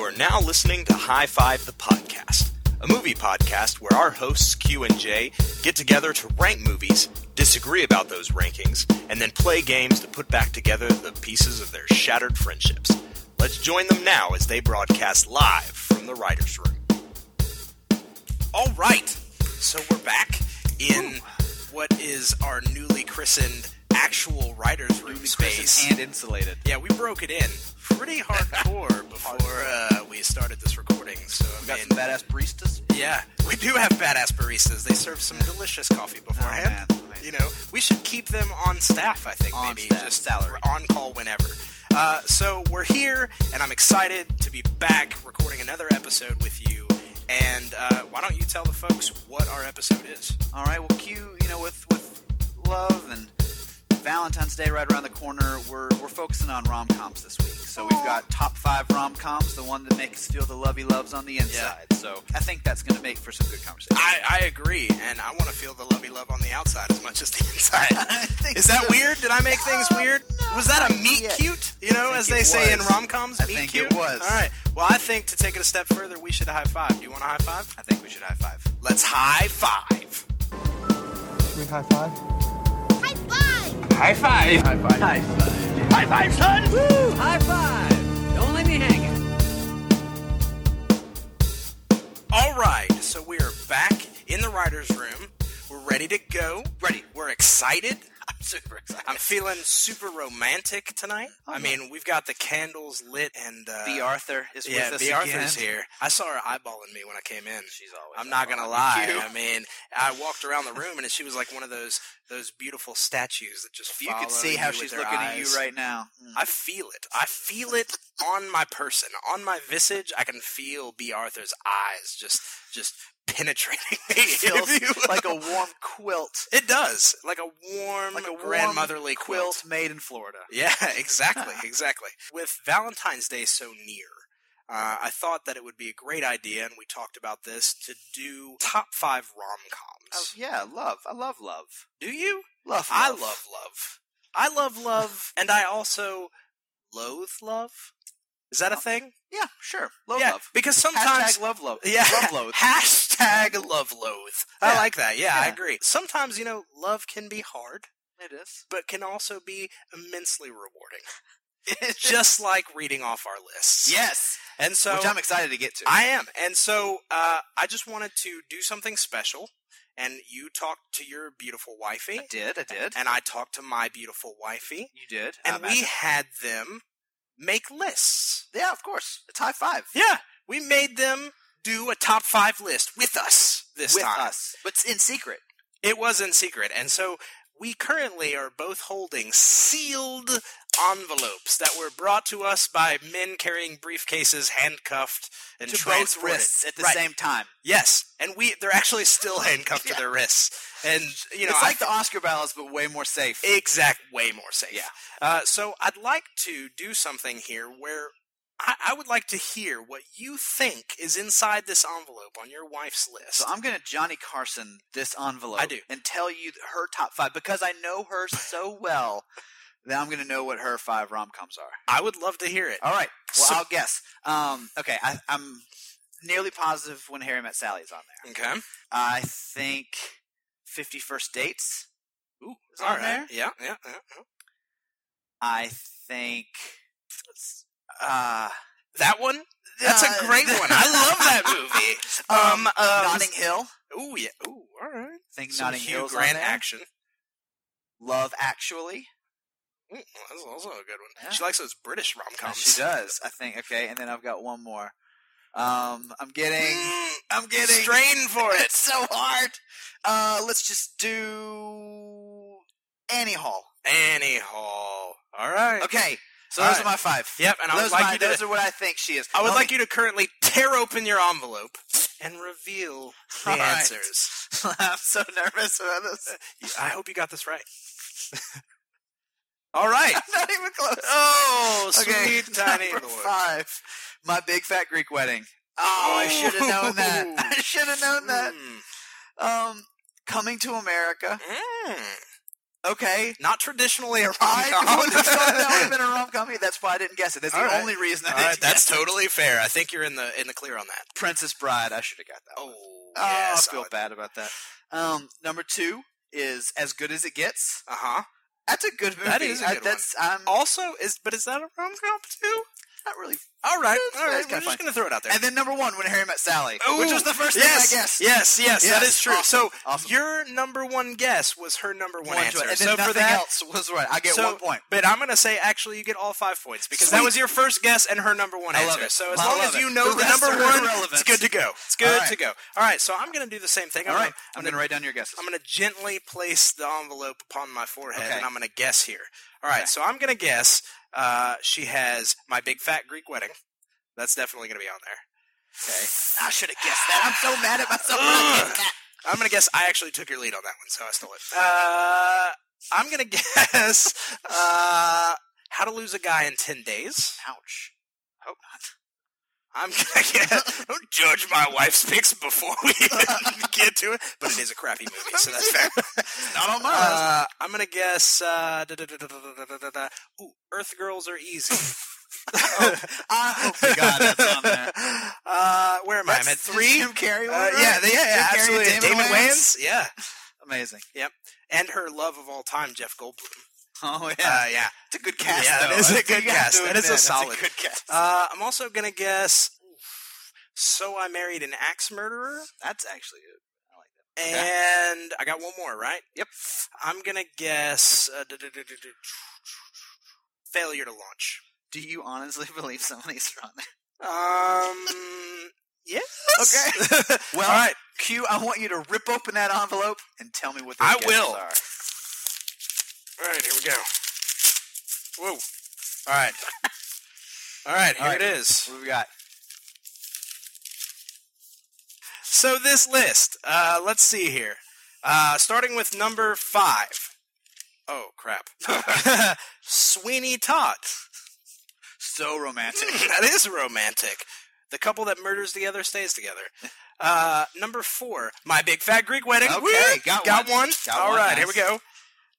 are now listening to High Five the Podcast, a movie podcast where our hosts Q and J get together to rank movies, disagree about those rankings, and then play games to put back together the pieces of their shattered friendships. Let's join them now as they broadcast live from the writer's room. All right, so we're back in what is our newly christened actual writer's room space. and insulated. Yeah, we broke it in pretty hardcore before uh, we started this recording. So I We got mean, some badass baristas. yeah, we do have badass baristas. They serve some delicious coffee beforehand. Oh, man. you know, we should keep them on staff. I think On maybe staff, just salary. on call whenever. Uh, so we're here, and I'm excited to be back recording another episode with you. And uh, why don't you tell the folks what our episode is? All right, well, Q, you know, with with love and Valentine's Day right around the corner, we're we're focusing on rom coms this week. So we've got top five rom coms, the one that makes us feel the lovey loves on the inside. So I think that's going to make for some good conversation. I, I agree, and I want to feel the lovey love on the outside as much as the I inside. think Is that so. weird? Did I make things Uh, weird? no, was that a not meet yet. cute? You know, I as think they it say in was. rom coms, I meet think cute. it was. All right. Well, I think to take it a step further, we should high five. Do you want to high five? I think we should high five. Let's high five. Three high five. High five! High five. All right, so we are back in the writer's room. We're ready to go. Ready. We're excited. I'm super excited. I'm feeling super romantic tonight. Oh I mean, we've got the candles lit and uh, B. Arthur is Yeah, with us B. Arthur's again. here. I saw her eyeballing me when I came in. She's always I'm not gonna eyeballing lie. you. I mean, I walked around the room and she was like one of those those beautiful statues that just. If you could follow see how with she's their looking at you eyes. right now. Mm. I feel it. I feel it on my person, on my visage. I can feel B. Arthur's eyes just just penetrating me. if Feels you will. like a warm quilt, it does, like a warm, like a warm grandmotherly quilt. quilt made in Florida. Yeah, exactly, exactly. With Valentine's Day so near, uh, I thought that it would be a great idea, and we talked about this to do top five rom Oh, coms. yeah, love. I love love. Do you? Love, I love love. I love love, and I also loathe love. Is that a thing? Yeah, sure. Love yeah, Oh, love. because sometimes Hashtag love love. Yeah. Love loathe. Hashtag love loathe. I Yeah. like that. Yeah, I Yeah. agree. Sometimes, you know, love can be hard, It is. but can also be immensely rewarding. Just like reading off our lists. Yes. And so Which I'm excited to get to. I am. And so uh, I just wanted to do something special. And you talked to your beautiful wifey. I did. I did. And I talked to my beautiful wifey. you did. And I'm we at- had them make lists. Yeah, of course. It's high five. Yeah. We made them do a top five list with us this With time. us. But it's in secret. It was in secret, and so we currently are both holding sealed envelopes that were brought to us by men carrying briefcases, handcuffed and to both transported. wrists at the Right. same time. Yes, and we—they're actually still handcuffed to their wrists, and you know, it's I like the Oscar ballots, but way more safe. exact way more safe. Yeah. Uh, so I'd like to do something here where I, I would like to hear what you think is inside this envelope on your wife's list. So I'm going to Johnny Carson this envelope. I do. And tell you her top five because I know her so well that I'm going to know what her five rom coms are. I would love to hear it. All right. Well, So- I'll guess. Um, okay, I, I'm nearly positive when Harry Met Sally is on there. Okay. I think Fifty First Dates. Ooh, Is on there? Yeah, yeah, yeah. yeah. I think. Uh, That one? That's a great one. I love that movie. Um, um, Notting Hill. Ooh, yeah. Ooh, all right. I think Some Notting Hugh Hill's Grant on there. action. Love Actually. Ooh, that's also a good one. Yeah. She likes those British rom Uh, coms. She does. I think. Okay, and then I've got one more. Um, I'm getting. Mm, I'm getting. strain for it. It's so hard. Uh, let's just do Annie Hall. Annie Hall. All right. Okay, so All those right. are my five. Yep, and I would those like my- you to. those are what I think she is. I would Let like you to currently tear open your envelope and reveal the All right. answers. I'm so nervous about this. I hope you got this right. all right. Not even close. Oh, Okay, sweet tiny number Lord. five. My big fat Greek wedding. Oh, I should have known that. I should have known that. Mm. Um, coming to America. Mm. Okay. Not traditionally a rom I com. would have thought that would have been a rom com. That's why I didn't guess it. That's All the right. only reason. I All didn't right, that's guess it. totally fair. I think you're in the in the clear on that. Princess Bride. I should have got that. Oh, Oh, yes, I feel bad about that. Um, number two is As Good as It Gets. Uh huh. That's a good movie. That is a I- good Oh. that's I'm Also, is but is that a rom com too? not really. All right, That's- all right. that's We're kinda just fun. gonna throw it out there. And then number one, When Harry Met Sally, which Ooh, was the first yes, thing I guessed. Yes, yes, that Yes, is true. So awesome, awesome. your number one guess was her number one, One to answer. it. And then so nothing for that, else was right. I get so- one point. But I'm gonna say actually you get all five points because Sweet. that was your first guess and her number one I answer. love it. So as I long love as it. you know The the, rest number are one, irrelevant. it's good to go. It's good right. to go. All right, so I'm gonna do the same thing. All I'm right, gonna, I'm gonna write down your guesses. I'm going to gently place the envelope upon my forehead, Okay. and I'm going to guess here. All right, Okay. so I'm going to guess uh, she has my big fat Greek wedding. That's definitely going to be on there. okay. I should have guessed that. I'm so mad at myself. when I guessed that. I'm going to guess I actually took your lead on that one, so I stole it. Uh, I'm going to guess uh, how to lose a guy in ten days. Ouch. Hope not. I'm gonna guess. Don't judge my wife's picks before we even get to it, but it is a crappy movie, so that's fair. Not on my list. Uh, I'm gonna guess. Uh, da, da, da, da, da, da, da, da, da. Ooh, Earth Girls are easy. I hope to Oh, God that's on there. Uh, where am I? I'm at three. Jim Carrey. Uh, one, yeah, right? they- yeah, Jim yeah, Carrey, absolutely. Damon, Wayans. Yeah, Amazing. and her love of all time, Jeff Goldblum. Oh Uh, yeah. it's a good cast. yeah, that though. is a That's- good you have cast. to That is a admit, that's solid- good cast. Uh, I'm also gonna guess. So I married an axe murderer, That's actually good. I like that. Okay. and I got one more right. Yep. I'm gonna guess. Uh, da, da, da, da, da, failure to launch. Do you honestly believe some of these are on there? Um. Yes. Okay. Well, All right. Q, I want you to rip open that envelope and tell me what those I guesses will. are. All right, here we go. Whoa. All right. All right, here All right. it is. What do we got? So this list, uh, let's see here. Uh, starting with number five. Oh crap. Sweeney Todd. So romantic. that is romantic. The couple that murders the other stays together. Uh, number four, My Big Fat Greek Wedding. Okay, Woo! got got one. one. Got All one, right, here we nice. go.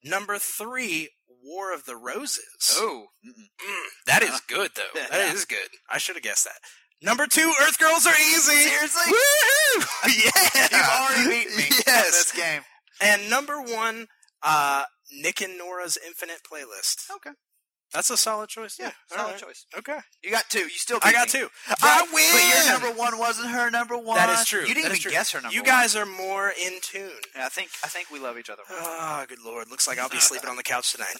Number three, War of the Roses. oh. mm-mm. Mm, that is good though. That is Yeah. good. I should have guessed that. Number two, Earth Girls are easy. Seriously? Woohoo! yeah, You've already beaten me in this Yes. game. And number one, uh, Nick and Nora's Infinite Playlist. Okay. That's a solid choice. Yeah, Yeah. solid choice. Okay. You got two. You still beat I got me. two. Right, I win. But your number one wasn't her number one. That is true. You didn't That is even true. guess her number You one. guys are more in tune. Yeah, I think I think we love each other. more. Oh, good lord. Looks like I'll be sleeping on the couch tonight.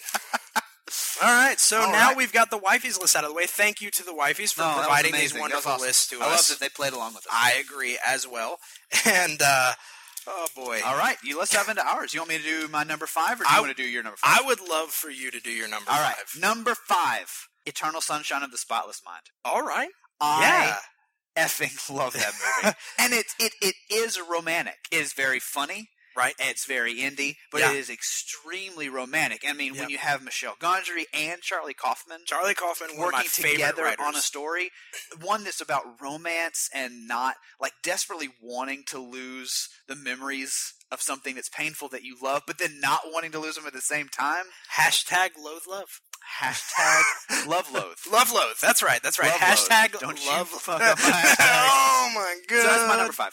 All right, so All now right. we've got the wifey's list out of the way. Thank you to the wifeys for No, that was providing these amazing. That was wonderful awesome. lists to I us. love that they played along with us. I agree as well. And uh, oh boy, All right, you let's dive into ours. You want me to do my number five, or do you I- want to do your number five? I would love for you to do your number All right, five. number five, Eternal Sunshine of the Spotless Mind. All right, I yeah, effing love that movie, and it it it is romantic. It is very funny. right. and It's very indie, but Yeah. it is extremely romantic. I mean, Yep. when you have Michelle Gondry and Charlie Kaufman Charlie Kaufman, one of my working favorite together writers. on a story, one that's about romance and not like desperately wanting to lose the memories of something that's painful that you love, but then not wanting to lose them at the same time. Hashtag loathe love. Hashtag love loathe. Love loathe. That's right. That's right. Love loathe. Hashtag Don't you love fuck up my hashtag. oh my god. So that's my number five.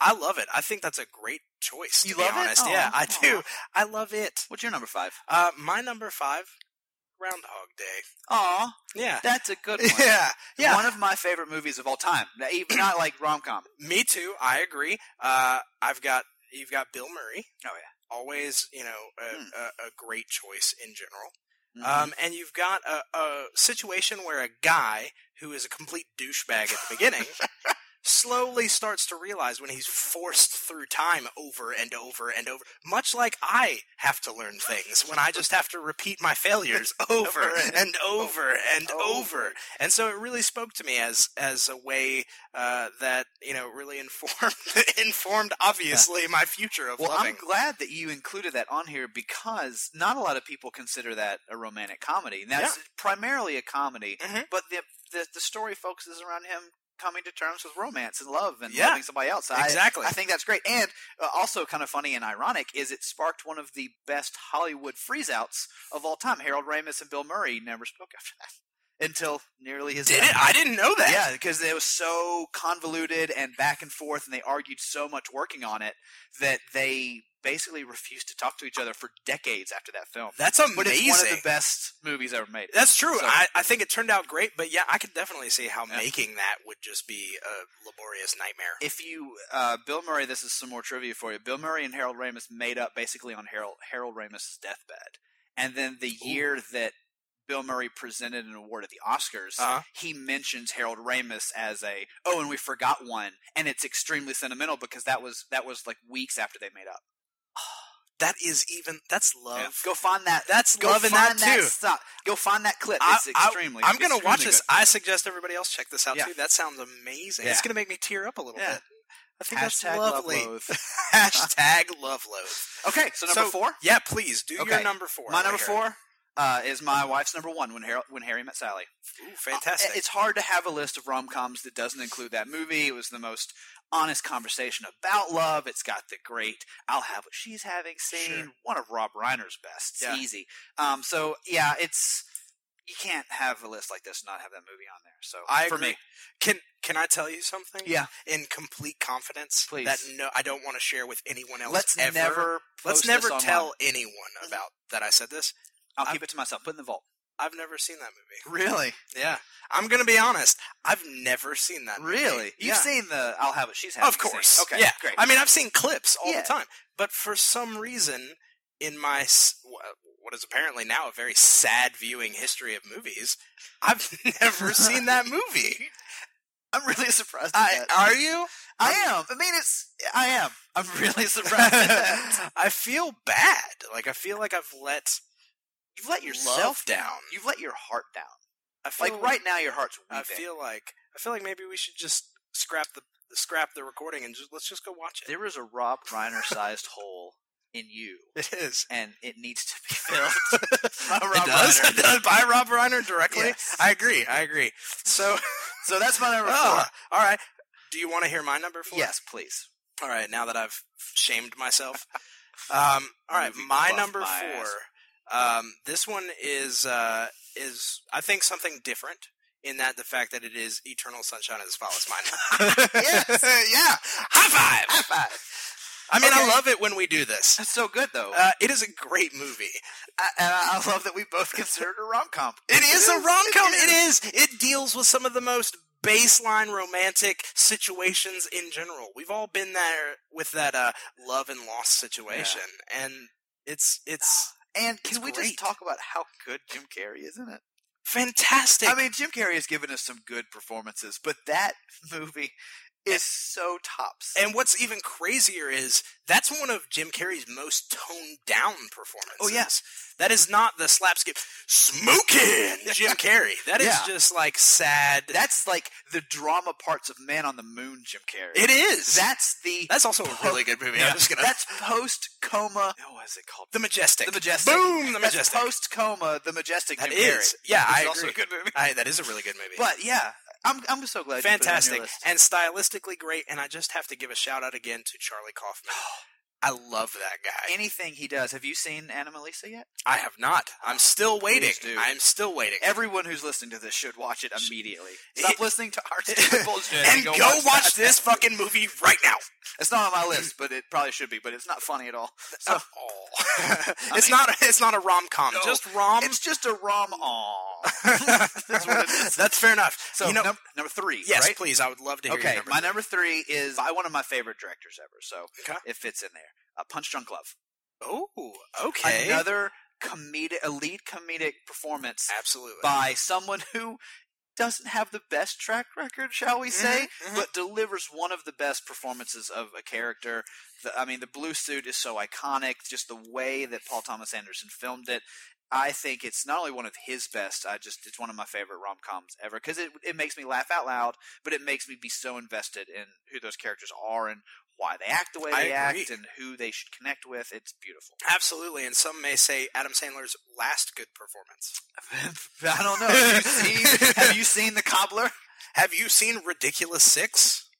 I love it. I think that's a great choice. To You be love it? honest. Aw, Yeah, I aw. do. I love it. What's your number five? Uh, my number five, Groundhog Day. Aw, Yeah. that's a good one. yeah. Yeah. One of my favorite movies of all time. Now, even not like rom com. Me too. I agree. Uh, I've got you've got Bill Murray. Oh, Always, you know, a, Hmm. a, a great choice in general. Uh, Mm-hmm. Um, and you've got a, a situation where a guy who is a complete douchebag at the beginning slowly starts to realize when he's forced through time over and over and over, much like I have to learn things when I just have to repeat my failures over and over and over. And so it really spoke to me as as a way uh, that you know really informed informed obviously my future of Well, loving. I'm glad that you included that on here because not a lot of people consider that a romantic comedy. And that's primarily a comedy, Mhm. but the, the the story focuses around him coming to terms with romance and love and Yeah. loving somebody else. I- Exactly. I, think that's great. And uh, also kind of funny and ironic is it sparked one of the best Hollywood freezeouts of all time. Harold Ramis and Bill Murray never spoke after that until nearly his Did death. it? I didn't know that. Yeah, because it was so convoluted and back and forth, and they argued so much working on it that they basically refused to talk to each other for decades after that film. That's amazing. But it's one of the best movies ever made. That's true. So- I, I think it turned out great, but yeah, I could definitely see how Yeah. making that would just be a laborious nightmare. if you uh, Bill Murray, this is some more trivia for you. Bill Murray and Harold Ramis made up basically on Harold Harold Ramis' deathbed, and then the year that Bill Murray presented an award at the Oscars, Uh-huh. he mentions Harold Ramis as a oh, and we forgot one, and it's extremely sentimental because that was that was like weeks after they made up. that is even that's love. Go find that. That's Go love in find that too. stop. Go find that clip. I- It's extremely. I'm gonna watch extremely this. good. I suggest everybody else check this out Yeah. too. That sounds amazing. Yeah. It's gonna make me tear up a little Yeah. bit. I think Hashtag that's love lovely. loathe. Hashtag love loathe. Okay, so number four. Yeah, please do your Okay. number four. I My wanna number hear four uh, is my wife's number one when Harry, when Harry Met Sally. it. Ooh, fantastic. Uh, It's hard to have a list of rom coms that doesn't include that movie. It was the most honest conversation about love. It's got the great "I'll have what she's having" scene, Sure. one of Rob Reiner's best. It's Yeah. easy. Um, so yeah, it's you can't have a list like this and not have that movie on there. So I for agree. me, can can I tell you something? Yeah. In complete confidence, Please. That no, I don't want to share with anyone else. let's ever. never Let's post never this online. tell anyone about that I said this. I'll keep it to myself. Put it in the vault. I've never seen that movie. Really, Yeah. I'm going to be honest. I've never seen that movie. really? You've Yeah. seen the "I'll have what she's having." Of course. Scene. Okay, Yeah. great. I mean, I've seen clips all Yeah. the time. But for some reason, in my s- wh- what is apparently now a very sad viewing history of movies, I've never seen that movie. I'm really surprised. At I, that. are you? I am. I mean, it's. I am. I'm really surprised. at that. I feel bad. Like I feel like I've let. You've let Love yourself down. down. You've let your heart down. I feel Like right now, your heart's I weeping. feel like I feel like maybe we should just scrap the scrap the recording and just let's just go watch it. there is a Rob Reiner-sized hole in you, It is. and it needs to be filled. by Rob Reiner. It does. By Rob Reiner directly. Yes. I agree. I agree. So, So that's my number Ugh. four. all right. Do you want to hear my number four? Oh. Yes, please. All right. Now that I've shamed myself. Um, all right. Moving My cloth number my four. Um, this one is uh, is I think something different in that the fact that it is Eternal Sunshine of the Spotless Mind. Yes. yeah. High five. High five. I mean, I Okay. love it when we do this. That's so good, though. Uh, it is a great movie. I, and I I love that we both consider it a rom-com. It is a rom com. It is. is. It deals with some of the most baseline romantic situations in general. We've all been there with that uh, love and loss situation, and it's Ah. it's And can It's we great. just talk about how good Jim Carrey is in it? fantastic. I mean, Jim Carrey has given us some good performances, but that movie Eh. is so tops. and what's even crazier is that's one of Jim Carrey's most toned down performances. Oh, yeah. that is not the slap skip smoking Jim Carrey. That is Yeah. just like sad. That's like the drama parts of Man on the Moon, Jim Carrey. it is. That's the. that's also a po- really good movie. yeah, I'm just gonna That's post coma. Oh, what is it called? the majestic. The Majestic. Boom. The majestic. That's post coma. The Majestic. That Jim is, Carrey. yeah, Which I is agree. also a good movie. I- that is a really good movie. But yeah, I'm I'm so glad. You fantastic put it on your list. and stylistically great. And I just have to give a shout out again to Charlie Kaufman. I love that guy. Anything he does. Have you seen Animalisa yet? I have not. I'm still waiting. Oh, do. I'm still waiting. Everyone who's listening to this should watch it immediately. It- Stop listening to our stupid bullshit and go, watch, that. this fucking movie right now. It's not on my list, but it probably should be. But it's not funny at all. So At all. Oh. it's not. It's not a rom com. Oh. No. Just rom. it's just a rom all. that's, what it is. fair enough. So you know, num- number three, yes, right? please. I would love to hear. Okay, your number. my number three is by one of my favorite directors ever, so Okay. it fits in there. Uh, Punch Drunk Love, Oh, okay. another comedic, a lead comedic performance Absolutely. by someone who doesn't have the best track record, shall we say, Mhm, mhm. but delivers one of the best performances of a character. The, I mean, the blue suit is so iconic. Just the way that Paul Thomas Anderson filmed it, I think it's not only one of his best. I just it's one of my favorite rom coms ever because it it makes me laugh out loud, but it makes me be so invested in who those characters are and why they act the way I they agree. act and who they should connect with. It's beautiful. Absolutely, and some may say Adam Sandler's last good performance. I don't know. Have you seen, have you seen the cobbler? Have you seen Ridiculous Six?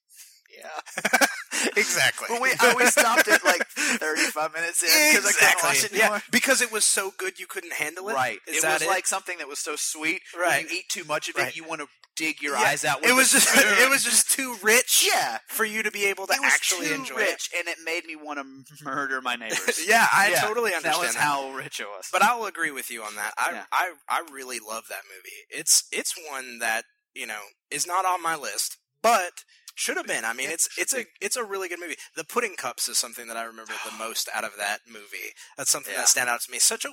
Yeah. exactly. But we, I, we stopped at like 35 minutes in because I couldn't watch it Exactly. Yeah, anymore. because it was so good you couldn't handle it. Right. Is it that was like something that was so sweet. when Right. you eat too much of Right. it, you want to dig your Yeah. eyes out with it was a just spoon. it was just too rich Yeah. for you to be able to it was actually too enjoy it. rich, and it made me want to murder my neighbors. Yeah, I Yeah, totally understand. That was how rich it was. But I'll agree with you on that. I, Yeah. I I really love that movie. It's it's one that you know is not on my list, but should have been. I mean, Yeah, it's should it's a it's a really good movie. The Pudding Cups is something that I remember the most out of that movie. That's something Yeah. that stand out to me. Such a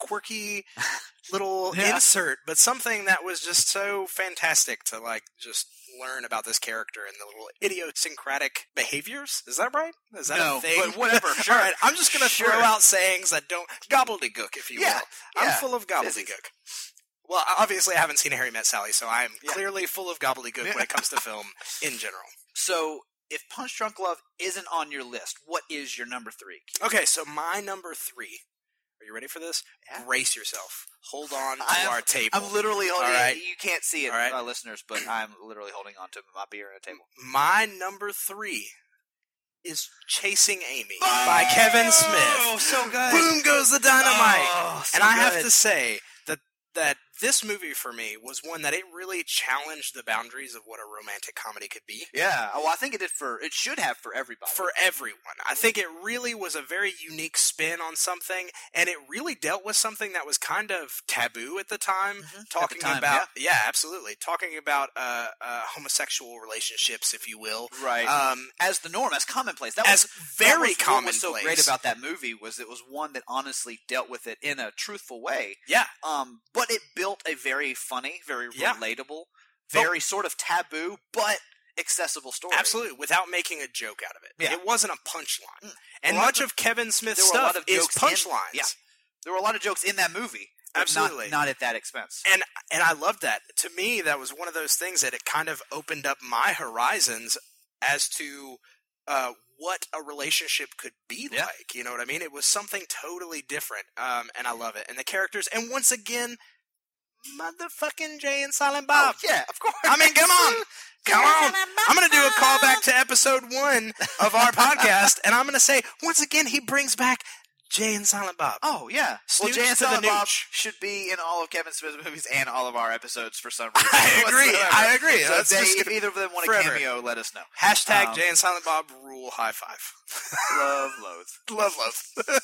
quirky little Yeah. insert, but something that was just so fantastic to like just learn about this character and the little idiosyncratic behaviors. Is that right? Is that No, a thing? but whatever, sure. All right, I'm just gonna Sure. throw out sayings that don't gobbledygook, if you Yeah, will. I'm yeah. full of Physics. gobbledygook. Well, I- obviously, I haven't seen Harry Met Sally, so I'm Yeah. clearly full of gobbledygook Yeah. when it comes to film in general. so, if Punch Drunk Love isn't on your list, what is your number three? Okay, so my number three. Are you ready for this? Yeah. Brace yourself. Hold on to I am- our table. I'm literally holding. All right. You can't see it, All right. uh, listeners, but I'm literally holding onto my beer and a table. my number three is Chasing Amy by Kevin Smith. Oh, so good. Boom goes the dynamite. Oh, so and I have good. to say that that this movie for me was one that it really challenged the boundaries of what a romantic comedy could be Yeah. Well, I think it did for. It should have for everybody. for everyone. I think it really was a very unique spin on something and it really dealt with something that was kind of taboo mm-hmm, at the time Mhm. At the talking time, about yeah. absolutely talking about uh, uh, homosexual relationships if you will. yeah. right Um as the norm, as commonplace. That as was very that was What common. was so great about that movie was it was one that honestly dealt with it in a truthful way. Yeah. Um, but it built a very funny, very Yeah. relatable, very sort of taboo but accessible story. Absolutely, without making a joke out of it. Yeah. It wasn't a punchline. Mm. And A lot much of- of Kevin Smith's there were a lot stuff of is jokes in- punchlines. yeah. There were a lot of jokes in that movie. but not- Absolutely. not, at that expense. and and I loved that. To me, that was one of those things that it kind of opened up my horizons as to uh, what a relationship could be Yeah. like. You know what I mean? It was something totally different, um, and I love it. And the characters, and once again, motherfucking Jay and Silent Bob. oh yeah, of course. I mean, come on. Come on. uh, I'm going to do a callback to episode one of our podcast, and I'm going to say, once again, he brings back Jay and Silent Bob. Oh yeah. well, Snooch Jay and to the Silent Bob nooch. should be in all of Kevin Smith's movies and all of our episodes for some reason. I agree. whatsoever. I agree. So That's if they- just if either of them want forever. a cameo, let us know. Hashtag Um, Jay and Silent Bob rule high five. Love loads. love, love.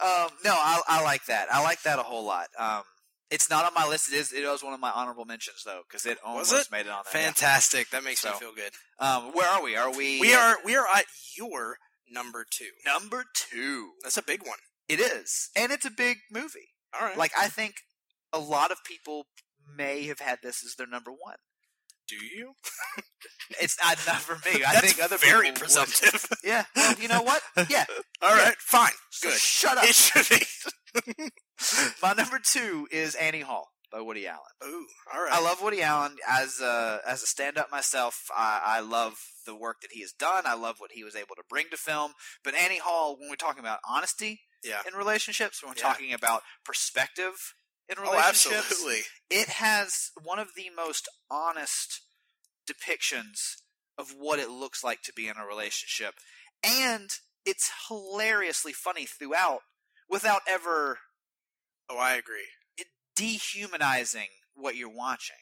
Um, no, I, I like that. I like that a whole lot. Um, it's not on my list. It is. It was one of my honorable mentions though, because it Was almost it? made it on there. Fantastic. That makes me So, feel good. Yeah. Um, where are we? Are we? We at are we are at your number two. number two. That's a big one. It is, and it's a big movie. All right. Like I think a lot of people may have had this as their number one. do you? It's not, not for me. I That's think other very people would. presumptive. Yeah. Well, you know what? Yeah. All right. Fine. So Good. shut up. It should be. My number two is Annie Hall by Woody Allen. Ooh. All right. I love Woody Allen as a as a stand up myself. I, I love the work that he has done. I love what he was able to bring to film. But Annie Hall, when we're talking about honesty Yeah. in relationships, when we're Yeah. talking about perspective in Oh, relationships, absolutely. it has one of the most honest depictions of what it looks like to be in a relationship, and it's hilariously funny throughout, without ever Oh, I agree. dehumanizing what you're watching.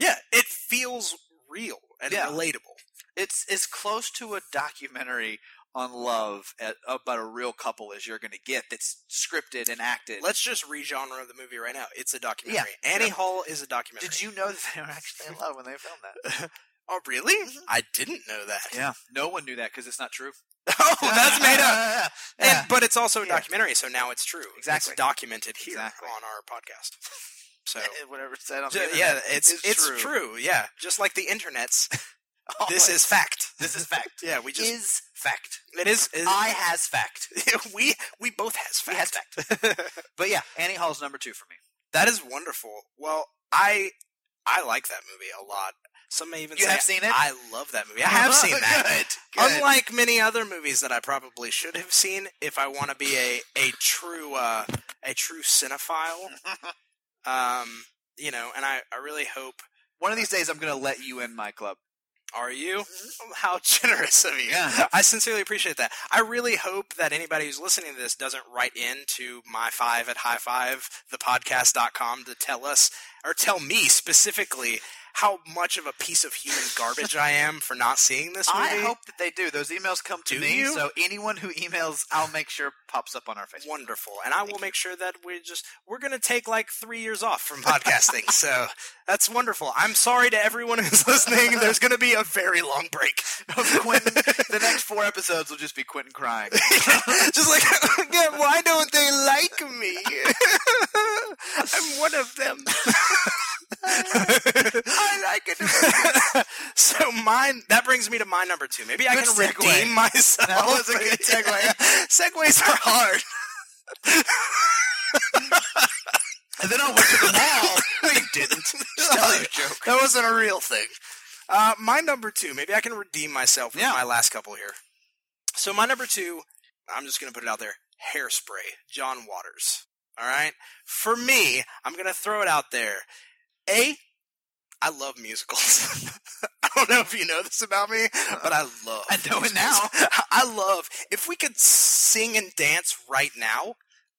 Yeah, it feels real and Yeah. relatable. It's as close to a documentary on love at, about a real couple as you're going to get. That's scripted and acted. Let's just regenre the movie right now. It's a documentary. Annie Yeah. Hall is a documentary. Did you know that they were actually in love when they filmed that? Oh, really? Mhm. I didn't know that. Yeah, no one knew that because it's not true. oh, that's made up. Yeah. And, but it's also a Yeah. documentary, so now it's true. Exactly. It's documented here Exactly. on our podcast. So. whatever it said on ju- the yeah, internet it's is it's true. Yeah, just like the internet's, this is fact. this is fact. Yeah, we just is fact. it is. It, I has fact. we we both has We fact. has But yeah, Annie Hall's number two for me. that is wonderful. Well, I I like that movie a lot. Some may even You say have seen it? I love that movie. I have seen that. Good, good. Uh-huh. Unlike many other movies that I probably should have seen, if I want to be a a true uh, a true cinephile, um, you know, and I, I really hope One of these days, I'm going to let you in my club. Are you? How generous of you. Yeah. I sincerely appreciate that. I really hope that anybody who's listening to this doesn't write in to my five at high five the podcast.com to tell us or tell me specifically how much of a piece of human garbage I am for not seeing this movie. I hope that they do. Those emails come to Do me, you? so anyone who emails, I'll make sure pops up on our Facebook. wonderful and i will make sure that we just we're going to take like three years off from podcasting so that's wonderful i'm sorry to everyone who's listening there's going to be a very long break Quentin, the next four episodes will just be Quentin crying. just like yeah, why don't they like me i'm one of them I like it. so mine that brings me to my number two maybe i Good can segue. redeem myself That was a good segue. segues are hard And then I went to the mall. they didn't Tell your joke. That wasn't a real thing. Uh, my number two. Maybe I can redeem myself with Yeah. my last couple here. So my number two. I'm just gonna put it out there. Hairspray, John Waters. All right. For me, I'm gonna throw it out there. A. I love musicals. I don't know if you know this about me, but I love. I know it now. I love. If we could sing and dance right now,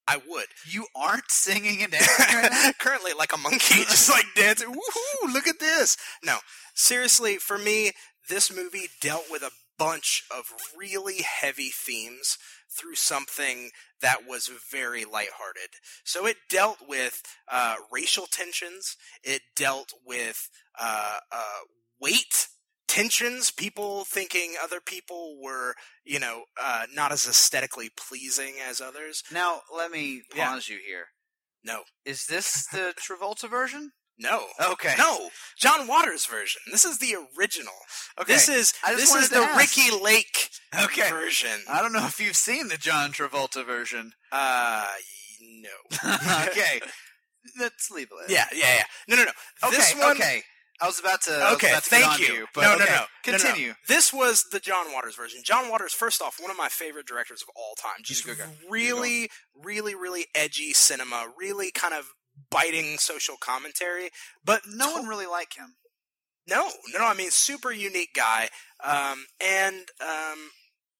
I would. You aren't singing and dancing right now? currently like a monkey, just like dancing. Woohoo! Look at this. No, seriously, for me, this movie dealt with a bunch of really heavy themes through something that was very lighthearted. So it dealt with uh, racial tensions. It dealt with uh, uh, weight tensions. People thinking other people were, you know, uh, not as aesthetically pleasing as others. Now, let me Yeah. pause you here. No, Is this the Travolta version? no. Okay. No, John Waters version. This is the original. Okay. This is I just this wanted is to the ask. Ricky Lake Okay. Uh, version. I don't know if you've seen the John Travolta version. Uh, no. okay. Let's leave it. yeah, yeah, yeah. No, no, no. Okay, this one. okay. I was about to. I was Okay, about to get on thank you. but no, no, okay. no, no, no. Continue. This was the John Waters version. John Waters, first off, one of my favorite directors of all time. Just good guy. really, really, really edgy cinema. Really kind of biting social commentary. But No one really like him. No, no, no. I mean, super unique guy, um, and um,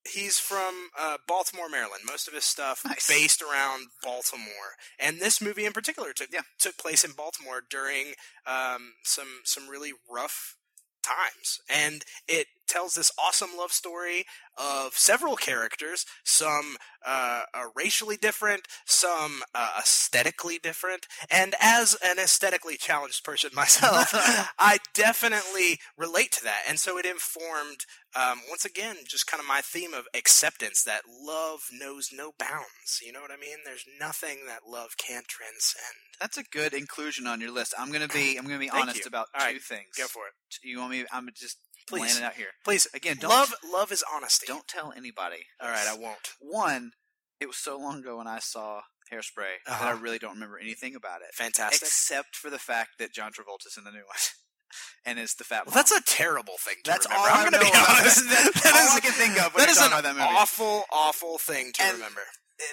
he's from uh, Baltimore, Maryland. Most of his stuff Nice. based around Baltimore, and this movie in particular took Yeah. took place in Baltimore during um, some some really rough times, and it tells this awesome love story of several characters, some uh, uh, racially different, some uh, aesthetically different, and as an aesthetically challenged person myself, I definitely relate to that. And so it informed, um, once again, just kind of my theme of acceptance that love knows no bounds. You know what I mean? There's nothing that love can't transcend. That's a good inclusion on your list. I'm gonna be. I'm gonna be Thank honest you. about All two right, things. Go for it. You want me? I'm just Please. laying it out here. Please. Again, don't Love, love is honesty. don't tell anybody. All right, I won't. One, it was so long ago when I saw Hairspray that I Uh-huh. really don't remember anything about it, Fantastic. except for the fact that John Travolta's in the new one, and it's the fat. Well, mom. that's a terrible thing to That's remember. all I I'm gonna know be about honest. that. that all is- I can think of when that I is talk an about that movie. awful, awful thing to And- remember.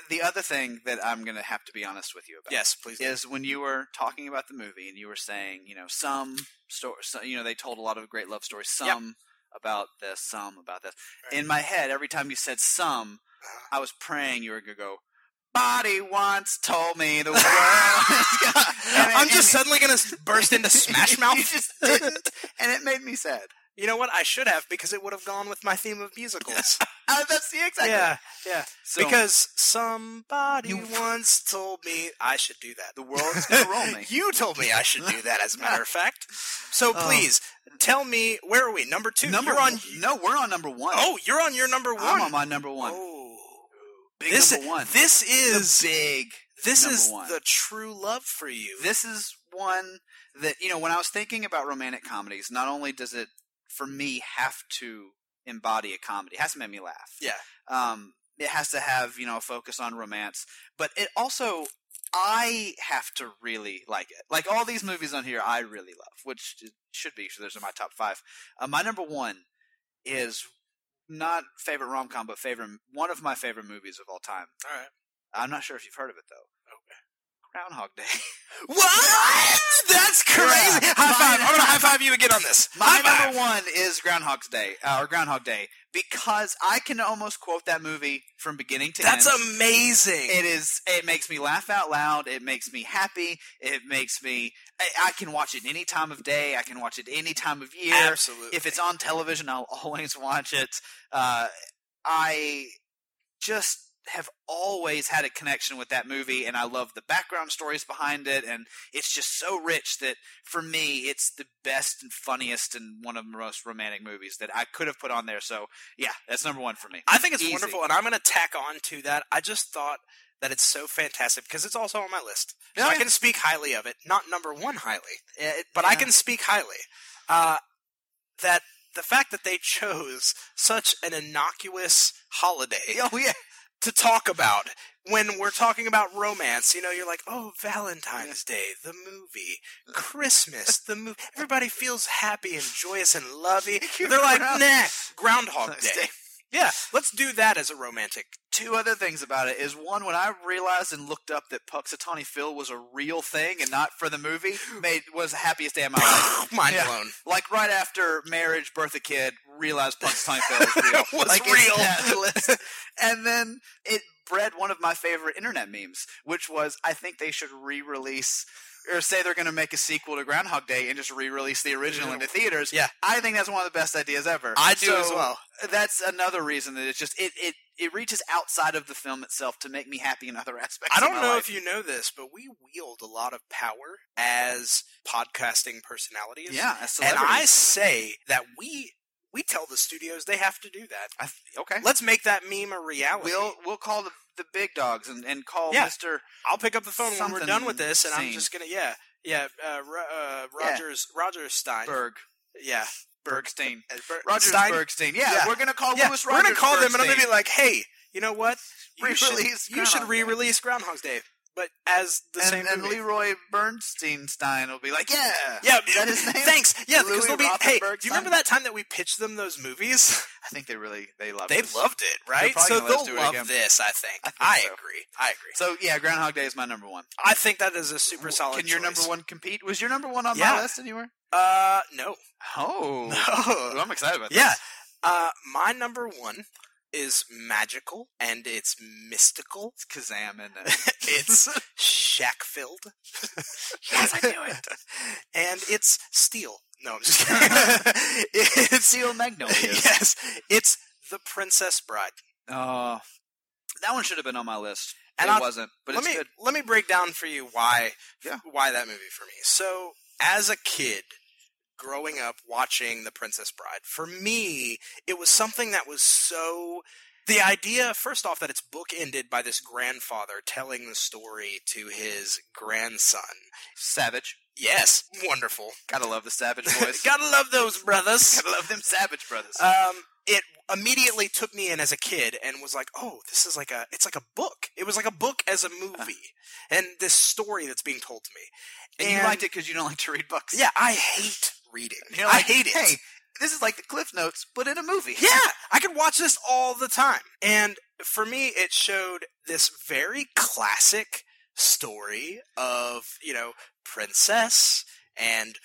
the other thing that I'm going to have to be honest with you about Yes, please. do. is when you were talking about the movie and you were saying, you know, some story, so, you know, they told a lot of great love stories, some Yep. about this, some about this. Right. In my head, every time you said some, Uh-huh. I was praying you were going to go, Body once told me the world. And it- I'm just and suddenly gonna s- burst into Smash it- You Mouth. just didn't, and it made me sad. You know what? I should have because it would have gone with my theme of musicals. Uh, that's the exact yeah, yeah. So- because somebody You- once told me I should do that. The world is going to roll me. you told me I should do that. As a matter of fact, so Oh. please tell me where are we? Number two. number you're on. No, we're on number one. Oh, you're on your number one. I'm on my number one. Oh. Big this, number one. This is big. This number is one. the true love for you. this is one that you know when i was thinking about romantic comedies not only does it for me have to embody a comedy it has to make me laugh yeah. um, it has to have you know a focus on romance but it also i have to really like it like all these movies on here i really love which it should be so there's in my top five uh, my number one is not favorite rom-com but favorite one of my favorite movies of all time All right. i'm not sure if you've heard of it though Okay. Groundhog Day. What? That's crazy. Yeah. High five. I'm Mine- going to high five you again on this. My high five. number one is Groundhog's Day uh, or Groundhog Day because I can almost quote that movie from beginning to That's end. amazing. It is. It makes me laugh out loud. It makes me happy. It makes me. I, I can watch it any time of day. I can watch it any time of year. Absolutely. If it's on television, I'll always watch it. Uh, I just have always had a connection with that movie, and I love the background stories behind it. And it's just so rich that for me, it's the best and funniest and one of the most romantic movies that I could have put on there. So yeah, that's number one for me. I think it's Easy. wonderful, and I'm going to tack on to that. I just thought that it's so fantastic because it's also on my list. So Oh, I yeah. can speak highly of it, not number one highly, eh, Yeah, it- but I yeah. can speak highly. Uh, that the fact that they chose such an innocuous holiday Oh yeah. to talk about when we're talking about romance. You know, you're like, oh, Valentine's Day, the movie, Uh, Christmas, the movie. Everybody feels happy and joyous and lovey. They're like, Ground- nah, Groundhog Groundhog's Day. Day. Yeah, let's do that as a romantic. two other things about it is one when I realized and looked up that Puxatawny Phil was a real thing and not for the movie made was the happiest day of my life. Mind Yeah. blown. Like right after marriage, birth a kid, realized Puxatawny Phil was real. Was like, it's real. that list. and then it bred one of my favorite internet memes, which was I think they should re-release. Or say they're going to make a sequel to Groundhog Day and just re-release the original into theaters. Yeah. I think that's one of the best ideas ever. I do So, uh, as well. that's another reason that it's just it it it reaches outside of the film itself to make me happy in other aspects. I of don't my know life. if you know this, but we wield a lot of power as podcasting personalities. yeah, as And I celebrities. say that we we tell the studios they have to do that. I, okay. Let's make that meme a reality. We'll we'll call the the big dogs and and call Yeah. Mister. I'll pick up the phone when we're Something done with this, and I'm sane. just gonna yeah yeah uh, Ro- uh, Rogers Rogers Stein Berg yeah Bergstein. Uh, Ber- Rogers Stein. Bergstein. Yeah, Yeah. we're gonna call Yeah, Louis Rogers. we're gonna call them, and I'm gonna Bergstein. be like, hey, you know what? You should, Re-release you should Groundhog Day. re-release Groundhog's Day, but as the and, same and movie. Leroy Bernsteinstein will be like, yeah, yeah, Is that his name? thanks. Yeah, Louis because they'll be. Robert Hey, do Bergstein? you remember that time that we pitched them those movies? I think they really they love. They this. loved it, right? probably So gonna let us they'll do it love again. this. I think. I think I so. agree. I agree. So yeah, Groundhog Day is my number one. I think that is a super solid. Can your choice. number one compete? Was your number one on Yeah. my list anywhere? Uh, no. Oh, No. I'm excited about Yeah. Uh, my number one is magical and it's mystical. Kazam in there. It's shack filled. yes, I knew it. And it's steel. No, I'm just kidding. it's Seal Magnolias. yes, it's the Princess Bride. Oh, that one should have been on my list. And it I'll- wasn't, but let it's me good. let me break down for you why Yeah. why that movie for me. So as a kid growing up watching The Princess Bride, for me it was something that was so the idea first off that it's bookended by this grandfather telling the story to his grandson. Savage. Yes, wonderful. Gotta love the Savage boys. Gotta love those brothers. Gotta love them Savage brothers. Um, it immediately took me in as a kid and was like, oh, this is like a, it's like a book. It was like a book as a movie, and this story that's being told to me. and, you liked it because you don't like to read books. Yeah, I hate reading. You're I like, hate it. Hey, this is like the Cliff Notes, but in a movie. Yeah, I could watch this all the time. And for me, it showed this very classic story of, you know, princess and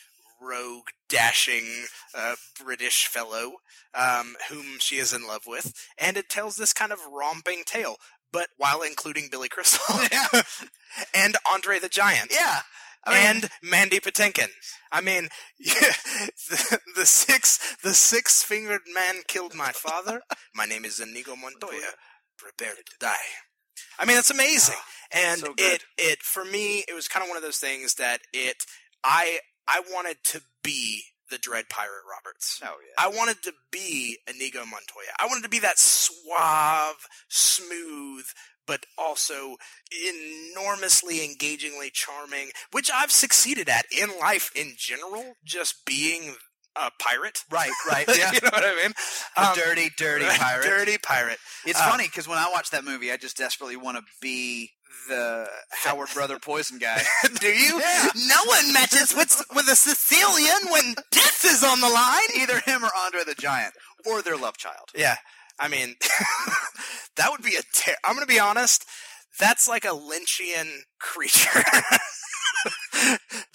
rogue dashing uh, British fellow um, whom she is in love with. And it tells this kind of romping tale, but while including Billy Crystal and Andre the Giant yeah. I mean, and Mandy Patinkin. I mean, the, the six the six fingered man killed my father. my name is Inigo Montoya. Prepare to die. I mean, that's amazing. And Ah, so good. it it for me, it was kind of one of those things that it I I wanted to be the Dread Pirate Roberts. oh yeah. I wanted to be Inigo Montoya. I wanted to be that suave, smooth, but also enormously engagingly charming, which I've succeeded at in life in general, just being a pirate. Right, right. Yeah. you know what I mean? A Um, dirty, dirty right, pirate. Dirty pirate. It's Uh, funny because when I watch that movie, I just desperately want to be the Howard Brother Poison guy. Do you? Yeah. No one matches with, with a Sicilian when death is on the line. Either him or Andre the Giant or their love child. Yeah. I mean, that would be a ter- I'm going to be honest. That's like a Lynchian creature.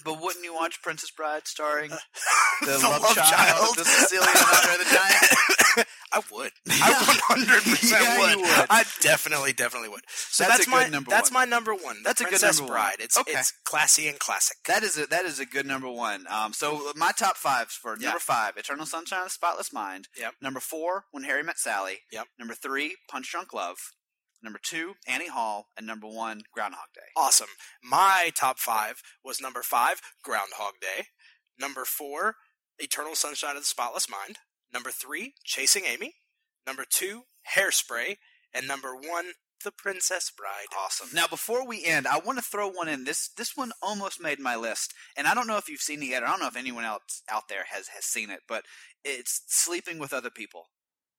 But wouldn't you watch Princess Bride starring the, The love, love child, child. the Sicilian Andre the Giant? I would. I one hundred Yeah, percent you would. would. I definitely, definitely would. So That's that's, a my good number that's one. my number one. That's the a good Princess number one. Bride. It's Okay. it's classy and classic. That is a that is a good number one. Um, so my top fives for Yeah. number five: Eternal Sunshine of the Spotless Mind. Yep. Number four: When Harry Met Sally. Yep. Number three: Punch Drunk Love. Number two: Annie Hall, and number one: Groundhog Day. awesome. My top five was number five, Groundhog Day. Number four, Eternal Sunshine of the Spotless Mind. Number three, Chasing Amy. Number two, Hairspray. And number one, The Princess Bride. Awesome. Now, before we end, I want to throw one in. This this one almost made my list, and I don't know if you've seen it yet. Or I don't know if anyone else out there has has seen it, but it's Sleeping with Other People.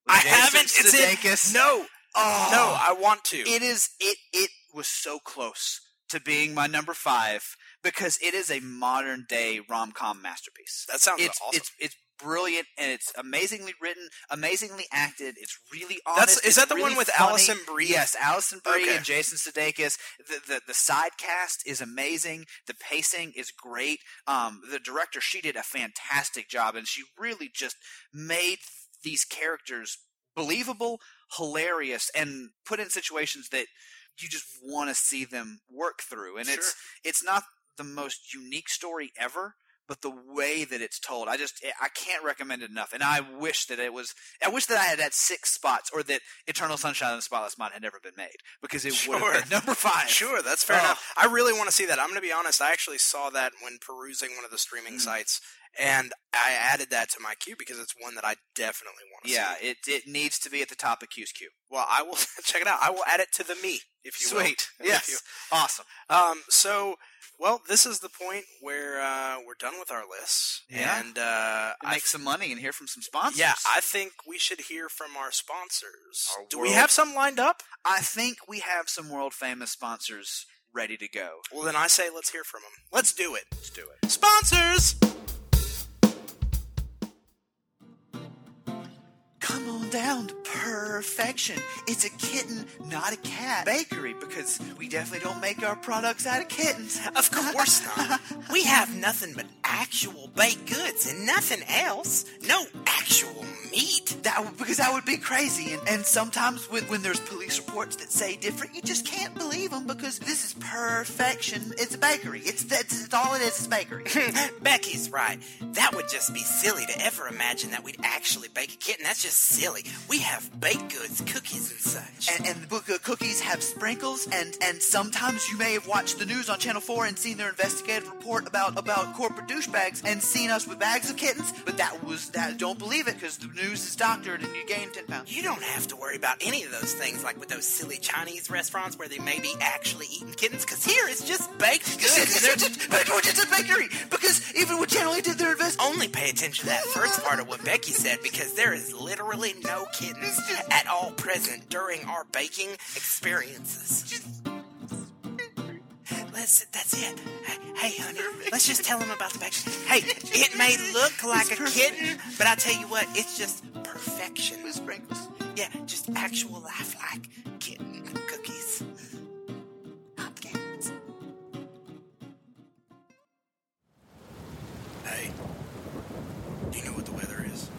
With I Jason haven't. It's Sudeikis. in. No, Oh. no, I want to. It is it it was so close to being my number five because it is a modern day rom com masterpiece. that sounds It's awesome. it's it's brilliant and it's amazingly written, amazingly acted. It's really honest. That's is it's that the really one with funny. Allison Brie? Yes, Allison Brie Okay. and Jason Sudeikis. The, the the side cast is amazing. The pacing is great. Um, the director she did a fantastic job, and she really just made these characters believable, hilarious, and put in situations that you just want to see them work through. And it's it's not the most unique story ever. But the way that it's told, I just I can't recommend it enough, and I wish that it was. I wish that I had had six spots, or that Eternal Sunshine of the Spotless Mind had never been made because it would Sure. have been number five. Sure, that's fair Oh. enough. I really want to see that. I'm going to be honest. I actually saw that when perusing one of the streaming Mm. sites, and I added that to my queue because it's one that I definitely want to Yeah, see. it, it needs to be at the top of Q's queue. Well, I will check it out. I will add it to the me if you will. Sweet. If Yes. you- Awesome. Um, so, well, this is the point where uh, we're done with our lists, Yeah. and uh, I Make some money and hear from some sponsors. yeah, I think we should hear from our sponsors. Our Do we world- have some lined up? I think we have some world famous sponsors ready to go. Well, then I say let's hear from them. Let's do it. Let's do it. Sponsors. Come on down to Perfection. It's a kitten, not a cat. Bakery, because we definitely don't make our products out of kittens. Uh, Of course not. We have nothing but actual baked goods and nothing else. No actual meat. That because that would be crazy, and, and sometimes when, when there's police reports that say different, you just can't believe them because this is perfection. It's a bakery. It's that's it's all it is. It's bakery. Becky's right. That would just be silly to ever imagine that we'd actually bake a kitten. That's just silly. We have baked goods, cookies, and such. and, and the book of cookies have sprinkles and and sometimes you may have watched the news on channel 4 and seen their investigative report about about corporate douchebags and seen us with bags of kittens but that was that don't believe it because the news is doctored and you gain 10 pounds you don't have to worry about any of those things like with those silly Chinese restaurants where they may be actually eating kittens, because here it's just baked goods. and they're just- but it's just a bakery because even when channel 8 did their invest only pay attention to that first part of what Becky said because there is literally no kittens at all present during our baking experiences. Let's, that's it. Hey, hey, honey, let's just tell them about the baking. Hey, it may look like a kitten, but I tell you what, it's just perfection. sprinkles Yeah, just actual lifelike kitten cookies. Pumpkins. Hey, do you know what the weather is?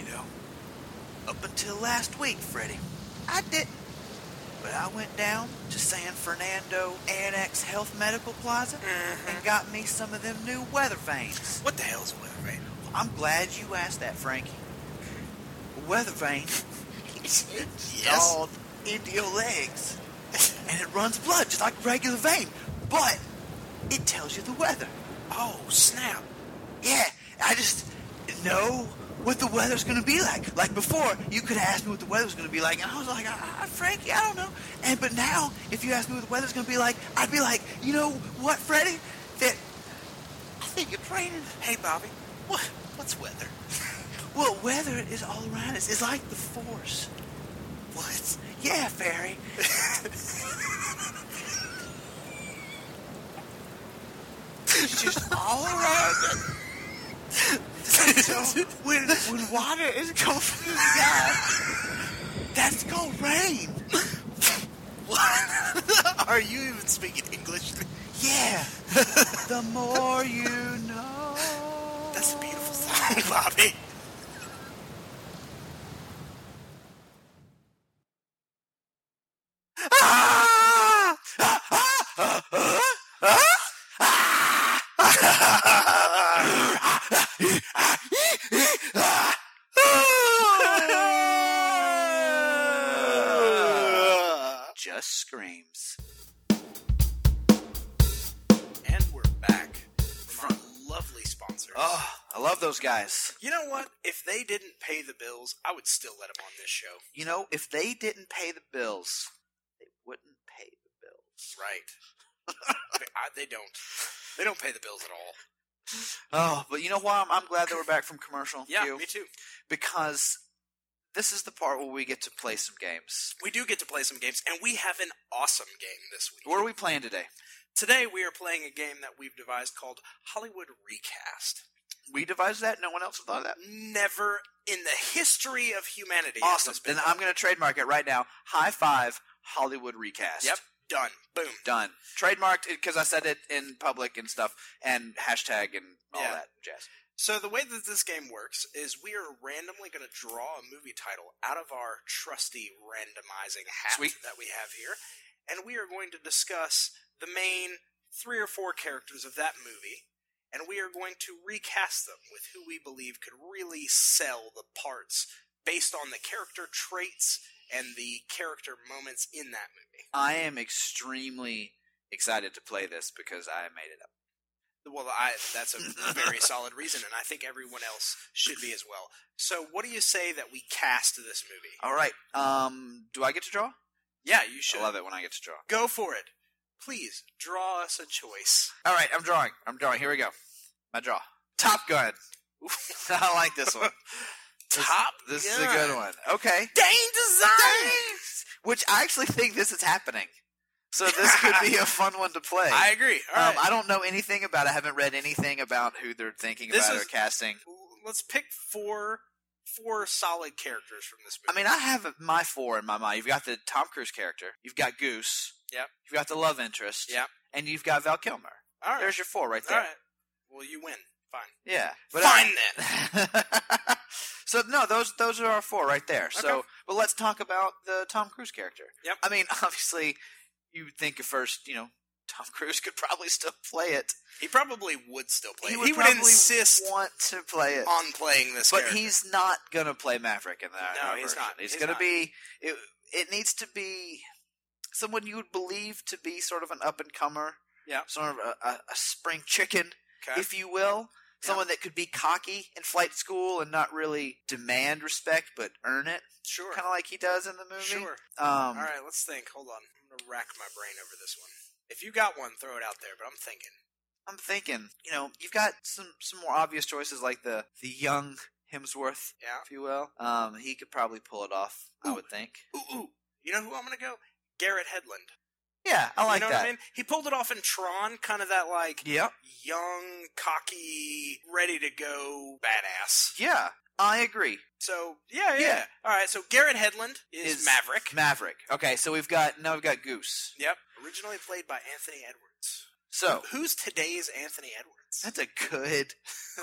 you know up until last week freddie i didn't but I went down to San Fernando Annex Health Medical Plaza and got me some of them new weather vanes. What the hell's a weather vane? I'm glad you asked that, Frankie. A weather vane is installed into your legs, and it runs blood just like a regular vein, but it tells you the weather. Oh, snap. Yeah, I just know what the weather's gonna be like. Like before, you could ask me what the weather's gonna be like, and I was like, I, I, Frankie, I don't know. And but now, if you ask me what the weather's gonna be like, I'd be like, you know what, Freddie? That I think it's raining. Hey, Bobby, what? what's weather? Well, weather is all around us. It's like the force. What? Yeah, fairy. it's just all around us. So when, when water is coming from the sky, that's called rain. What? Are you even speaking English? Yeah. the more you know. That's a beautiful song, Bobby. Ah! Just screams. And we're back from our lovely sponsors. Oh, I love those guys. You know what? If they didn't pay the bills, I would still let them on this show. You know, if they didn't pay the bills, they wouldn't pay the bills. Right. they, I, they don't. They don't pay the bills at all. Oh, but you know why I'm, I'm glad that we're back from commercial. Yeah, Q? me too. because this is the part where we get to play some games. We do get to play some games, and we have an awesome game this week. What are we playing today? Today we are playing a game that we've devised called Hollywood Recast. We devised that. No one else thought of that. Never in the history of humanity. has Awesome. this been Then I'm going to trademark it right now. High five, Hollywood done. recast. Yep, done. Boom. Done. Trademarked because I said it in public and stuff, and hashtag and all Yeah. that jazz. So the way that this game works is we are randomly going to draw a movie title out of our trusty randomizing hat Sweet. that we have here, and we are going to discuss the main three or four characters of that movie, and we are going to recast them with who we believe could really sell the parts based on the character traits and the character moments in that movie. I am extremely excited to play this because I made it up. Well, I, that's a very solid reason, and I think everyone else should be as well. So, what do you say that we cast this movie? All right. Um, do I get to draw? Yeah, you should. I love it when I get to draw. Go for it. Please draw us a choice. All right, I'm drawing. I'm drawing. Here we go. My draw. Top Gun. I like this one. Top. This Gun. is a good one. Okay. Dang design. Which I actually think this is happening. So this could be a fun one to play. I agree. All um, right. I don't know anything about. I haven't read anything about who they're thinking This about is- or casting. Let's pick four four solid characters from this I movie. mean, I have my four in my mind. You've got the Tom Cruise character. You've got Goose. Yep. You've got the love interest. Yep. And you've got Val Kilmer. all right. There's your four right there. All right. Well, you win. Fine. Yeah. uh, Fine then. so no, those those are our four right there. So, Okay. but let's talk about the Tom Cruise character. Yep. I mean, obviously, you would think at first, you know, Tom Cruise could probably still play it. He probably would still play. it. probably insist want to play it, on playing this. but character. he's not gonna play Maverick in that. No, our he's version. not. He's, He's gonna not. be. It, it needs to be someone you would believe to be sort of an up and comer. Yeah. Sort of a, a, a spring chicken Okay. if you will. Yeah. Someone that could be cocky in flight school and not really demand respect, but earn it, sure. kind of like he does in the movie. Sure. All Um, right. Let's think. Hold on. I'm gonna rack my brain over this one. If you got one, throw it out there. But I'm thinking. I'm thinking, you know, you've got some some more obvious choices like the the young Hemsworth, Yeah. if you will. Um, he could probably pull it off, I Ooh. would think. Ooh, ooh. You know who I'm gonna go? Garrett Headland. Yeah, I like you know that. what I mean? He pulled it off in Tron, kind of that like Yep. young, cocky, ready to go badass. Yeah, I agree. So yeah, Oh, yeah. Yeah. All right. So Garrett Headland is, Is- Maverick. Maverick. Okay, so we've got now we've got Goose. yep. Originally played by Anthony Edwards. So Who's today's Anthony Edwards? that's a good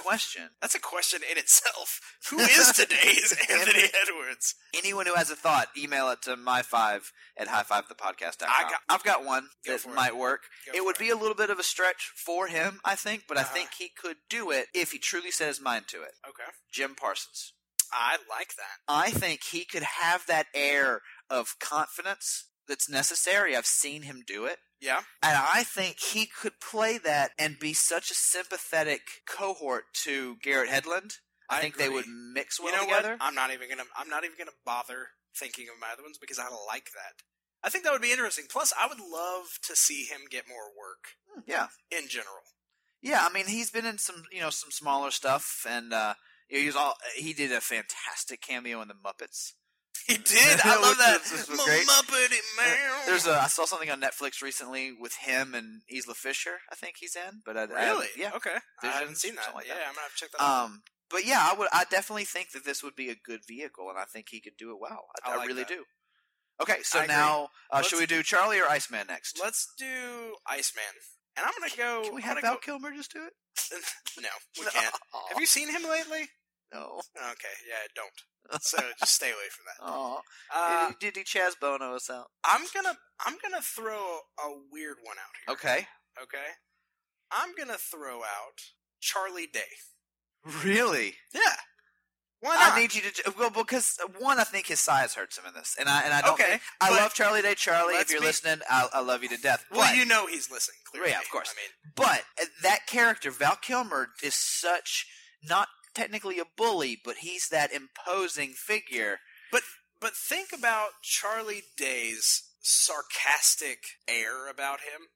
question. That's a question in itself. Who is today's Anthony Edwards? anyone who has a thought, email it to my five at high five the podcast. I got- I've got one Go that for it. might work. Go it would for be a little bit of a stretch for him, I think, but I Uh-huh. think he could do it if he truly set his mind to it. okay. Jim Parsons. I like that. I think he could have that air of confidence that's necessary. I've seen him do it. Yeah. And I think he could play that and be such a sympathetic cohort to Garrett Headland. I, I think they agree. would mix well you know together. what? I'm not even gonna. I'm not even gonna bother thinking of my other ones because I like that. I think that would be interesting. Plus, I would love to see him get more work Yeah. in general. Yeah, I mean he's been in some you know some smaller stuff, and uh, he was all he did a fantastic cameo in the Muppets. He did. I love Which that. was- this was My great. Muppet it man. There's a I saw something on Netflix recently with him and Isla Fisher. I think he's in, but I, I- really yeah. okay. I haven't Visions, seen that. something like yeah, that. I'm gonna have to check that. out. Um, but yeah, I would I definitely think that this would be a good vehicle, and I think he could do it well. I, I I, like really that. do. Okay, so I agree. now uh, Let's- should we do Charlie or Iceman next? Let's do Iceman. And I'm gonna go. Can we I'm have gonna Val Kilmer just do it? go- No, we can't. Have you seen him lately? No. Okay, yeah, don't. So just stay away from that. Oh, Uh, did he Chaz Bono us out? I'm gonna I'm gonna throw a weird one out here. Okay. Okay, I'm gonna throw out Charlie Day. Really? Yeah, why not? I need you to ju- well because uh, one, I think his size hurts him in this, and I and I don't. Okay, think- I but- love Charlie Day, Charlie. If Let's you're be- listening, I, I love you to death. well, but, you know he's listening. Clearly, Yeah, of course. I mean, but uh, that character Val Kilmer is such not technically a bully, but he's that imposing figure. but think about Charlie Day's sarcastic air about him,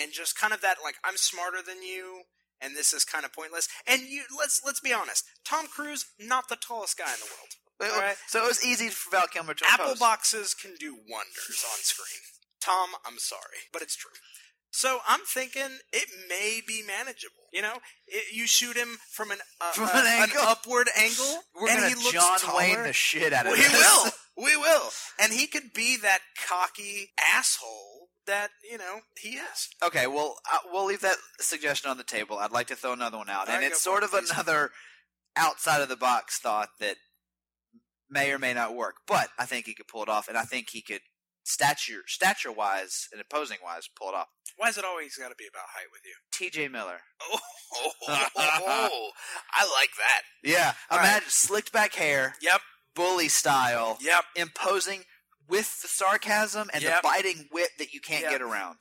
and just kind of that like I'm smarter than you, and this is kind of pointless. And you let's let's be honest, Tom Cruise not the tallest guy in the world. All right. Uh, So it was easy for Val Kilmer to Apple impose. boxes can do wonders on screen. Tom, I'm sorry, but it's true. So I'm thinking it may be manageable. You know, it, you shoot him from an, uh, From uh, an angle. upward angle, We're and gonna he looks John taller. Wayne the shit out of Well, this. he will. We will. And he could be that cocky asshole that you know he is. Okay, well, uh, we'll leave that suggestion on the table. I'd like to throw another one out, All and right, it's go for sort it, of please. another outside of the box thought that may or may not work, but I think he could pull it off, and I think he could stature stature wise and imposing wise pull it off. Why is it always got to be about height with you? T.J. Miller. Oh, I like that. Yeah, All right. imagine slicked back hair, Yep. bully style, Yep. imposing with the sarcasm and Yep. the biting wit that you can't Yep. get around.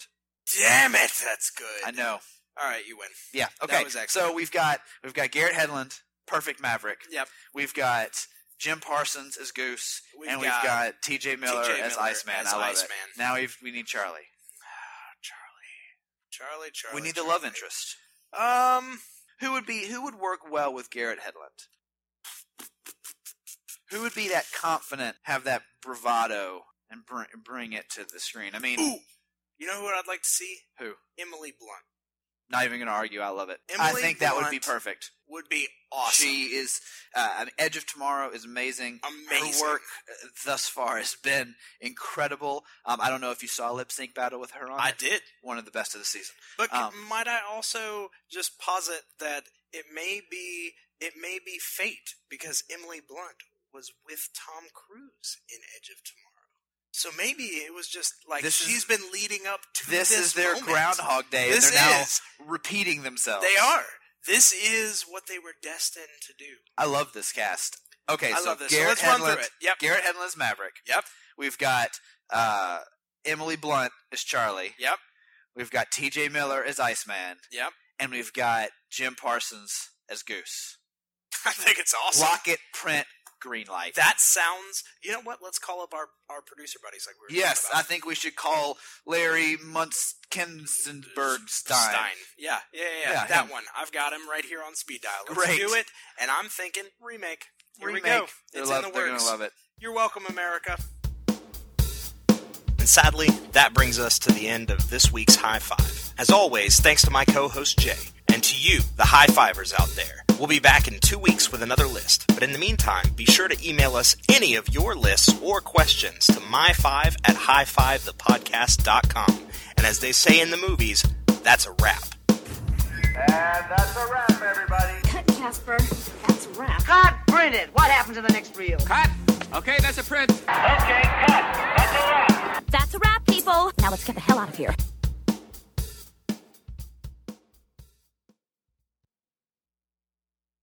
Damn it, that's good. I know. All right, you win. Yeah. That Okay. was excellent. So we've got we've got Garrett Hedlund, perfect Maverick. Yep. We've got Jim Parsons as Goose, We've and we've got got T.J. Miller T.J. as Miller Iceman. as I love Iceman. it. Now we've, we need Charlie. Charlie, Charlie. we need Charlie. a love interest. Um, Who would be who would work well with Garrett Hedlund? Who would be that confident, have that bravado, and br- bring it to the screen? I mean, ooh, you know who I'd like to see? who? Emily Blunt Not even going to argue. I love it. I Emily think that would be Blunt. perfect. would be awesome. She is. Uh, I mean, Edge of Tomorrow is amazing. Amazing. Her work uh, thus far has been incredible. Um, I don't know if you saw Lip Sync Battle with her on. I it. did, One of the best of the season. but c- Um, might I also just posit that it may be it may be fate because Emily Blunt was with Tom Cruise in Edge of Tomorrow, so maybe it was just like This is- she's been leading up to This, this. is their moment. Groundhog Day, This and they're is. now repeating themselves. They are. This is what they were destined to do. I love this cast. Okay, I so love this. So Garrett let's run Hedlund, through it. Yep. Garrett Hedlund is Maverick. Yep. We've got uh, Emily Blunt as Charlie. Yep. We've got T.J. Miller as Iceman. Yep. And we've got Jim Parsons as Goose. I think it's awesome. Locket, print, green light. That sounds. You know what? Let's call up our, our producer buddies like we were. Yes, I talking think we should call Larry Munchkinsenberg about. Stein. Yeah, yeah, yeah. yeah, Yeah, that him. one. I've got him right here on speed dial. Let's Great. do it. And I'm thinking remake. Here Remake. we go. They're, It's love, in the they're works. gonna love it. You're welcome, America. And sadly, that brings us to the end of this week's High Five. As always, thanks to my co host Jay, and to you, the High Fivers out there. We'll be back in two weeks with another list, but in the meantime, be sure to email us any of your lists or questions to my5 at highfivethepodcast.com. And as they say in the movies, that's a wrap. And that's a wrap, everybody. Cut, Casper. That's a wrap. God print it. What happened to the next reel? Cut. Okay, that's a print. Okay, cut. That's a wrap. That's a wrap, people. Now let's get the hell out of here.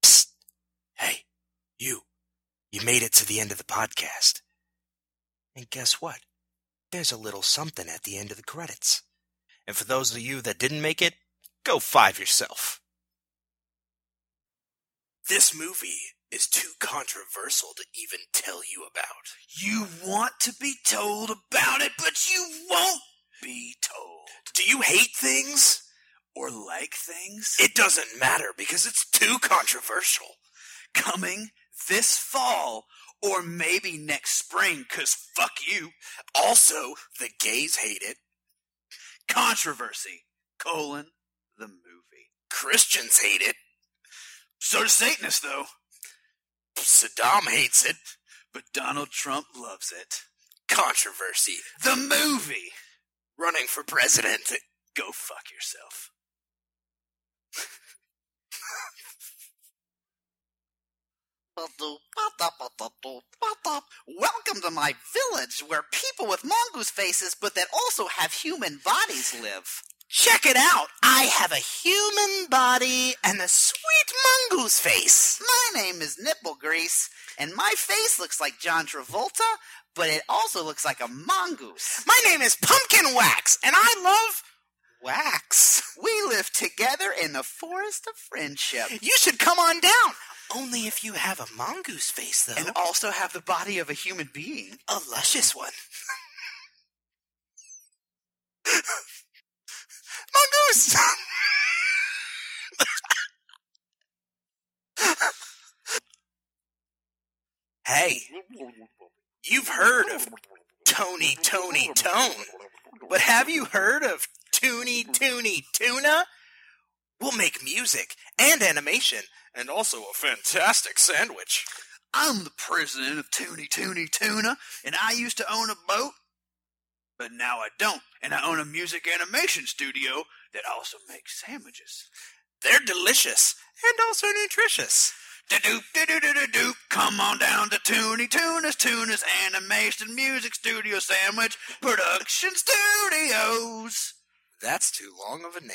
Psst. Hey, you. You made it to the end of the podcast. And guess what? There's a little something at the end of the credits. And for those of you that didn't make it, go five yourself. This movie is too controversial to even tell you about. You want to be told about it, but you won't be told. Do you hate things? or like things? It doesn't matter because it's too controversial. Coming this fall or maybe next spring, because fuck you. Also, the gays hate it. Controversy, colon, the movie. Christians hate it. So do Satanists, though. Saddam hates it. But Donald Trump loves it. Controversy. The movie. Running for president. Go fuck yourself. Welcome to my village where people with mongoose faces but that also have human bodies live. Check it out. I have a human body and a sweet mongoose face. My name is Nipple Grease, and my face looks like John Travolta, but it also looks like a mongoose. My name is Pumpkin Wax, and I love wax. We live together in the forest of friendship. You should come on down. Only if you have a mongoose face, though. And also have the body of a human being. a luscious one. mongoose! hey, you've heard of Tony, Tony, Tone. But have you heard of Toony Toony Tuna? We'll make music and animation and also a fantastic sandwich. I'm the president of Toony Toony Tuna, and I used to own a boat, but now I don't, and I own a music animation studio that also makes sandwiches. They're delicious and also nutritious. Da-doop, da-doo-doo-doo-doop. Come on down to Toony Tuna's Tuna's Animation Music Studio Sandwich Production Studios. That's too long of a name.